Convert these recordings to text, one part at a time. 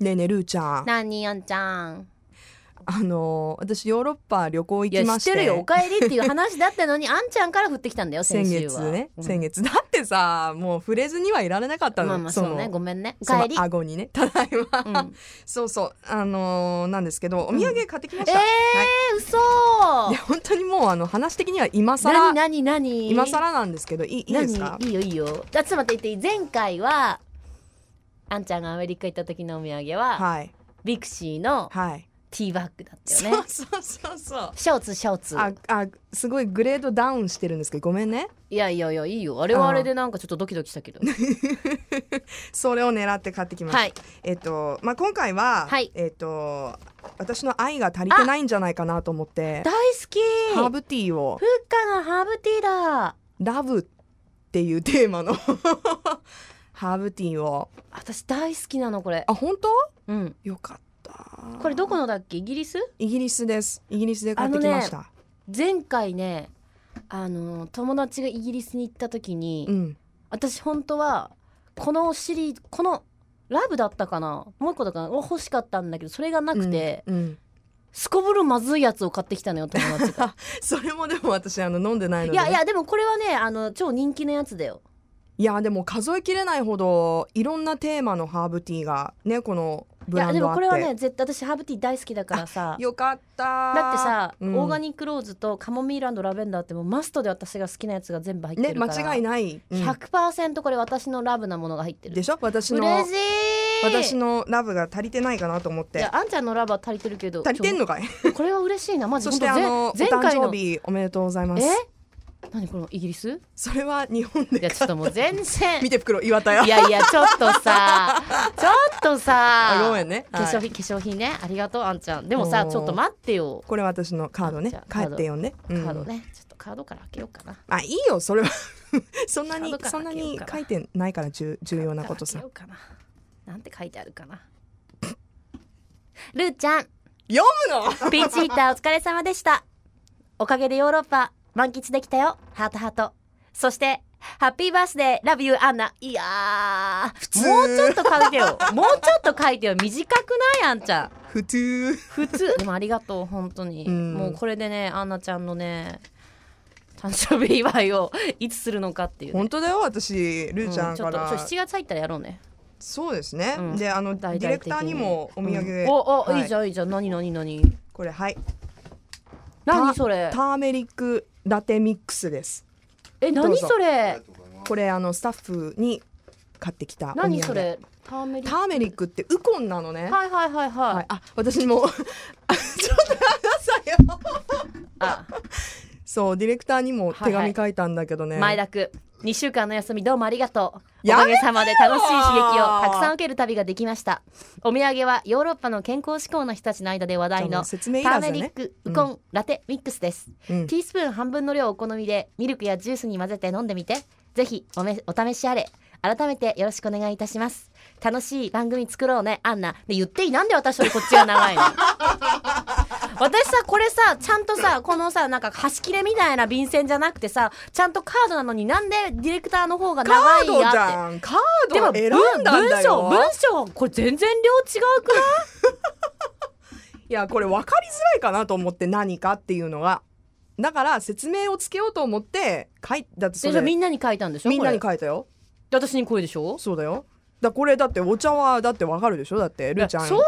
ねえねえるーちゃんなにあんちゃんあの私ヨーロッパ旅行い行きやまし知てってるよおかえりっていう話だったの にあんちゃんから降ってきたんだよ先先週は月ね、うん先月だってさもう触れずにはいられなかったの、まあまあそうねのごめんねおそかのえり顎にねただいま、うんそうそうあのーなんですけどお土産買ってきまえしーた、嘘いや本当にもうあの話的には今なに更なになに今更なんですけどいいいいですか何いいよいいよじゃあちょっと待って言っていい前回はあんちゃんがアメリカ行った時のお土産は、はいビクシーのはい、ティーバッグだったそようねそうそうそうショーツショーツああすごいグレードダウンしてるんですけどごめんねいやいやいやいいよあれはあれでなんかちょっとドキドキしたけどそれを狙って買ってきました、はいえっとまあ、今回は、はいえっと、私の愛が足りてないんじゃないかなと思って大好きハーブティーをフッカのハーブティーだ「ラブ」っていうテーマの ハーブティーを私大好きなのこれあ本当うんよかったこれどこのだっけイギリスイギリスですイギリスで買ってきました、前回ねあの友達がイギリスに行った時に、うん私本当はこのシリーズこのラブだったかなもう一個だったかなを欲しかったんだけどそれがなくて、うんうんすこぶるまずいやつを買ってきたのよ 友達がそれもでも私あの飲んでないのいでね、やいやでもこれはねあの超人気のやつだよいやでも数えきれないほどいろんなテーマのハーブティーがねこのいブラやンでドあもってこれはね絶対私ハーブティー大好きだからさよかっただってさ、うんオーガニックローズとカモミールラベンダーってもうマストで私が好きなやつが全部入ってねるから、間違いない、うん100%これ私のラブなものが入ってるでしょ私の嬉しい私のラブが足りてないかなと思っいてやあんちゃんのラブは足りてるけど足りてんちのかいょこれは嬉しいなマジそ本し当てあのお前前誕回の生日おめでとうございますえ何このイギリスそれは日本いでやちょっともう全 然見て袋岩田よいやいやちょっと さちょっとさあ ごめんね化粧はい品化粧品ねありがとうあんちゃんでもさおーちょっと待ってよこれ私のカードねじゃあ帰ってよねカードうんねちょっとカードから開けようかなあいいよそれは そんなカにードからそんな開けにようか書ないてないから重重要なこと開さけようかななんて書いてあ るかなルーちゃん読むの ピーチヒーターお疲れ様でした。おかげでヨーロッパ満喫できたよ。ハートハート。そして、ハッピーバースデー、ラブユーアンナ。いやー、通もうちょっと書いてよ。もうちょっと書いてよ。短くないあんちゃん。普通普通。でもありがとう、本当に。うんもうこれでね、アンナちゃんのね、誕生日祝いをいつするのかっていうね、本当だよ私ルーちゃうんちょかっとら、ちょ7月入ったらやろうね。そうですね、うんであのデ大々的ィレクターにもお土産、うんおお、、はいいじゃんいいじゃん。何何何これはい何それターメリックラテミックスですえ、何どうぞそれこれあのスタッフに買ってきたお土産何それターメリッタクーメリックってウコンなのねはいはいはいはい、はい、あ私にも あちょっと話さよあそうディレクターにも手はいは紙い書いたんだけどね、前田く2週間の休みどうもありがとうおやかめげさまで楽しい刺激よをたくさん受ける旅ができましたお土産はヨーロッパの健康志向の人たちの間でじ話ゃあ題ものう説明いタらーずメねリックウコンラテミックスです、うんティースプーン半分の量をお好みでミルクやジュースに混ぜて飲んでみてぜひおめお試しあれ改めてよろしくお願いいたします楽しい番組作ろうねアンナで言っていいなんで私よりこっちが長いの私さこれさちゃんとさこのさなんか端切れみたいな便箋じゃなくてさちゃんとカードなのになんでディレクターの方がカー長いドんやっじてゃんカでもード選んだんだよ文文章文章これ全然量違うくないいやこれ分かりづらいかなと思って何かっていうのがだから説明をつけようと思って書いだってそでじゃれあみんなに書いたんでしょみんなにこ書いたよれで私にこれでしょそうだよだこれだってお茶はだってわかるでしょだってルーちゃんそういうこ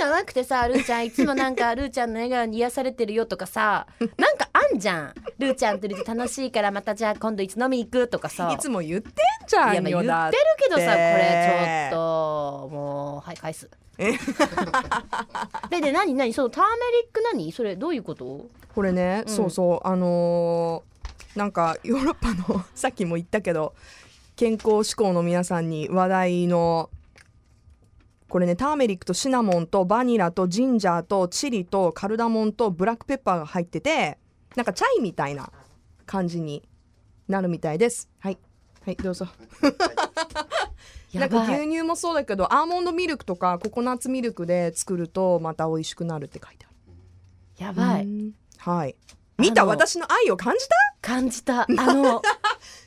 とじゃなくてさルーちゃんいつもなんかルーちゃんの笑顔に癒されてるよとかさなんかあんじゃんルーちゃんとルーちゃん楽しいからまたじゃあ今度いつ飲み行くとかさいつも言ってんじゃいやんよまだっあ言っててるけどさこれちょっともうはい返 すえでで何何そのターメリック何それどういうことこれね、うんそうそうあのーなんかヨーロッパの さっきも言ったけど健康志向の皆さんに話題のこれねターメリックとシナモンとバニラとジンジャーとチリとカルダモンとブラックペッパーが入っててなんかチャイみたいな感じになるみたいですはいはいどうぞなやんかば牛い乳もそうだけどアーモンドミルクとかココナッツミルクで作るとまた美味しくなるって書いてあるやばいうんはい見たあの私の愛を感じた 感じたあの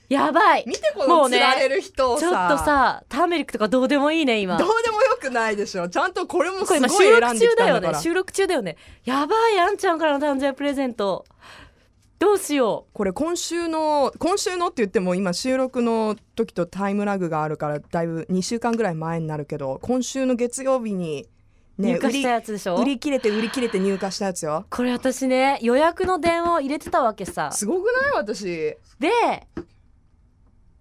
いやばい見てこものうね釣られる人をちさょっとさターメリックとかどうでもいいね今どうでもよくないでしょちゃんとこれもすこごれい今収選録んで中きだたよんだかねら収録中だよねやばいあんちゃんからの誕生日プレゼントどうしよこれ今週の今週のって言っても今収録の時とタイムラグがあるからだいぶ2週間ぐらい前になるけど今週の月曜日にう、ね入荷したやつでしょ売り売り切れて売り切れて入荷したやつよこれ私ね予約の電話を入れてたわけさすごくない私で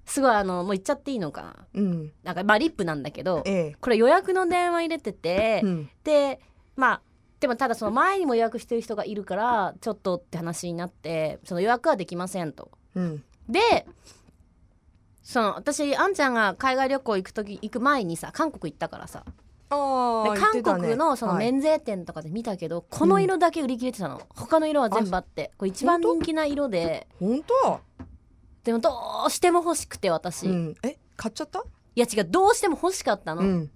すごいあのもう言っちゃっていいのかなうんなんかまあリップなんだけどえこれ予約の電話入れててえ、うんでまあでもただその前にも予約してる人がいるからちょっとって話になってその予約はできませんと。うんでその私あんちゃんが海外旅行行く時行く前にさ韓国行ったからさあであ韓国のその免税店とかで見たけど、この色だけ売り切れてたの、他の色は全部あってこれ一番本人気な色で本当でもどうしても欲しくて私、ういんえ買っちゃったや違うどうしても欲しかったの、うだかん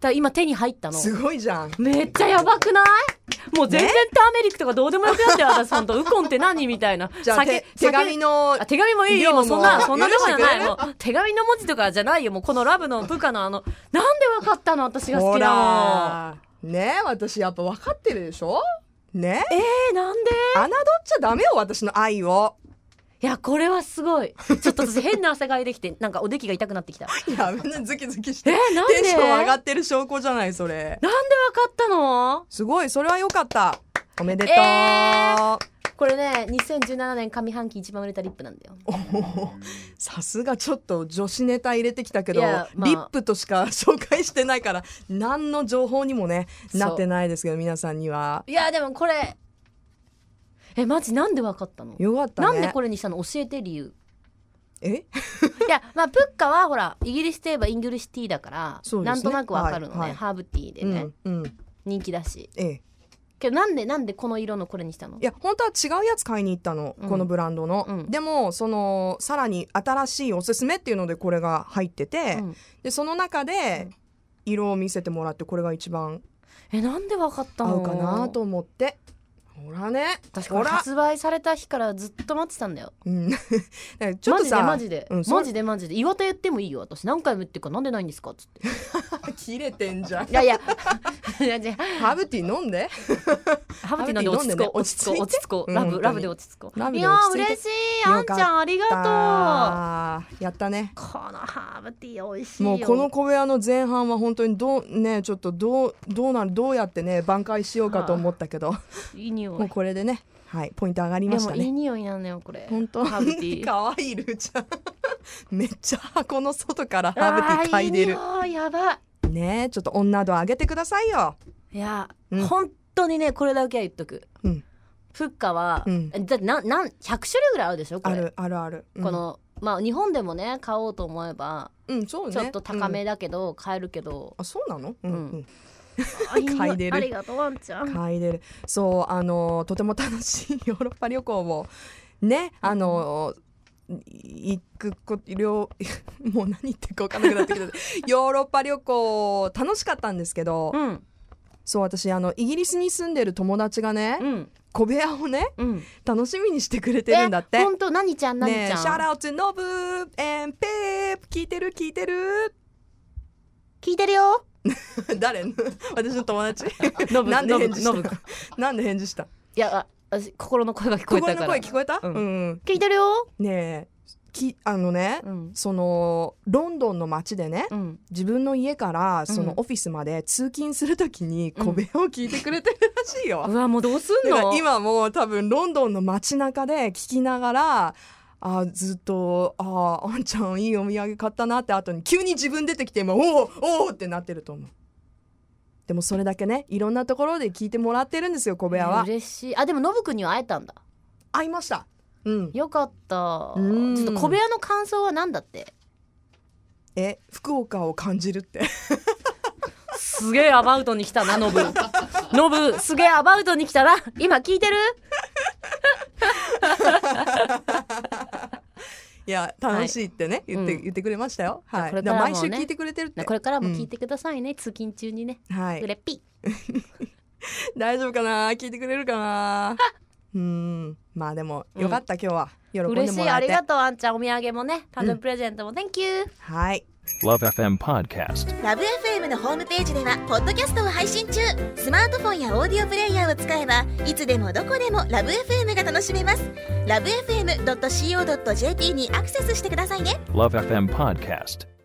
ら今手に入ったのすごいじゃんめっちゃやばくないもう全然ターメリックとかどうでもよくなってよ私ほんとウコンって何みたいなじゃあ酒手手紙のあ手紙もいいよでももうそんなそんなとこじゃない許してもう手紙の文字とかじゃないよもうこのラブの部下のあのなんでわかったの私が好ほきなのらねえ私やっぱ分かってるでしょねえ えー、なんで侮っちゃダメよ私の愛を いやこれはすごいちょっと私変な汗がいてきてなんかおできが痛く なってきたやめなズキズキしえてー、なんでテンション上がなんでわかってる証拠じゃないそれったのすごいそれは良かったおめでとう、えこれね2017年上半期一番売れたリップなんだよさすがちょっと女子ネタ入れてきたけど、いやまあリップとしか紹介してないから何の情報にもねそうなってないですけど皆さんにはいやでもこれえマジなんでわかったのよかったねなんでこれにしたの教えて理由えいやまあプッカはほらイギリスといえばイングリッシュティーだから、そうですなねんとなくわかるのね、はいはいハーブティーでうね、んうん人気だしええけどなんでなんでこの色のこれにしたのいや本当は違うやつ買いに行ったの、うんこのブランドの、うんでもそのさらに新しいおすすめっていうのでこれが入ってて、うんでその中で色を見せてもらってこれが一番えなんでわかった合のうかなと思ってほらね確かほにら、発売された日からずっと待ってたんだようん だからちょっとさマジでうんマジで、そマジでマジで岩手言ってもいいよ私何回も言ってるからなんでないんですかっつって切れてんじゃんいやいや いやいやハーブティー飲んでハブティーなんで落ち着こうハーブ落テちィ着ーこ飲うんでね落ち着こううんラ本当にラブブラブで落ち着こういでや落ちー着いて嬉しいあんちゃんありがあーやったねとうこのハーブティー美味しいよもうこの小部屋の前半は本当にどうねちょっとどうどうなるどうやってね挽回しようかと思ったけどいい匂いもうこれでねはいポイント上がりいまやしもたういいね匂いなんだよこれ本当ハーブティ ー可愛いルーちゃんめっちゃ箱の外からハーブティー嗅いでるあーいい匂いやばねえちょっと女度上げてくださいよいいや、うん本当にねこれだけは言っとく、うんフッカは、うんだってなんなん100種類ぐらいあるでしょこあれるあるある、うんこのまあ日本でもね買おうと思えばうんそうねちょっと高めうんだけど、買えるけどあそうなのうんうんうんあいい匂嗅いでるありがとうワンちゃん嗅いでるそうあのとても楽しいヨーロッパ旅行をねあの行くこ両 もう何言ってるか分かんなくなってきたヨーロッパ旅行楽しかったんですけど、うんそう私あのイギリスに住んでる友達がね、うん小部屋をねうん楽しみにしてくれてるんだって。本当何ちゃん何ちゃん、ねえ、シャラウツノブエンペープ聞いてる聞いてる 聞いてるよ誰 私の友達 ノなんで返事ノブした なんで返事したいやあ私心の声が聞こえ心たのから声聞こえた、うんうん、聞いてるよねえきあのね、うんそのロンドンの街でねうん自分の家からそうのんオフィスまで通勤するときに小部屋を聞いてくれてるらしいよ。うわもうどうすんだかのら今もう多分ロンドンの街中で聞きながらあーずっと「あーあんちゃんいいお土産買ったな」って後に急に自分出てきて今「おおおお!」ってなってると思う。でもそれだけねいろんなところで聞いてもらってるんですよ小部屋は。嬉しいあでもノブくんには会えたんだ会いました。うん、よかったうんちょっと小部屋の感想は何だってえ福岡を感じるって。すげえアバウトに来たなノ ブノブすげえアバウトに来たな今聞いてるいや楽しいってね、言って、うん言ってくれましたよ。はい。これだかかららもね毎週聞いてくれてるってこ。れからも聞いてくださいね、通勤中にねはうい。れっぴ大丈夫かな聞いてくれるかなうーんまあでもよかった、今日は喜んで嬉しもいらあえりてがとうあんちゃんお土産もね誕生う日プレゼントも、Thank you はい Love FM Podcast. ラブ f m のホームページではポッドキャストを配信中スマートフォンやオーディオプレイヤーを使えばいつでもどこでもラブ f m が楽しめますラブ FM.co.jp にアクセスしてくださいね Love FM Podcast.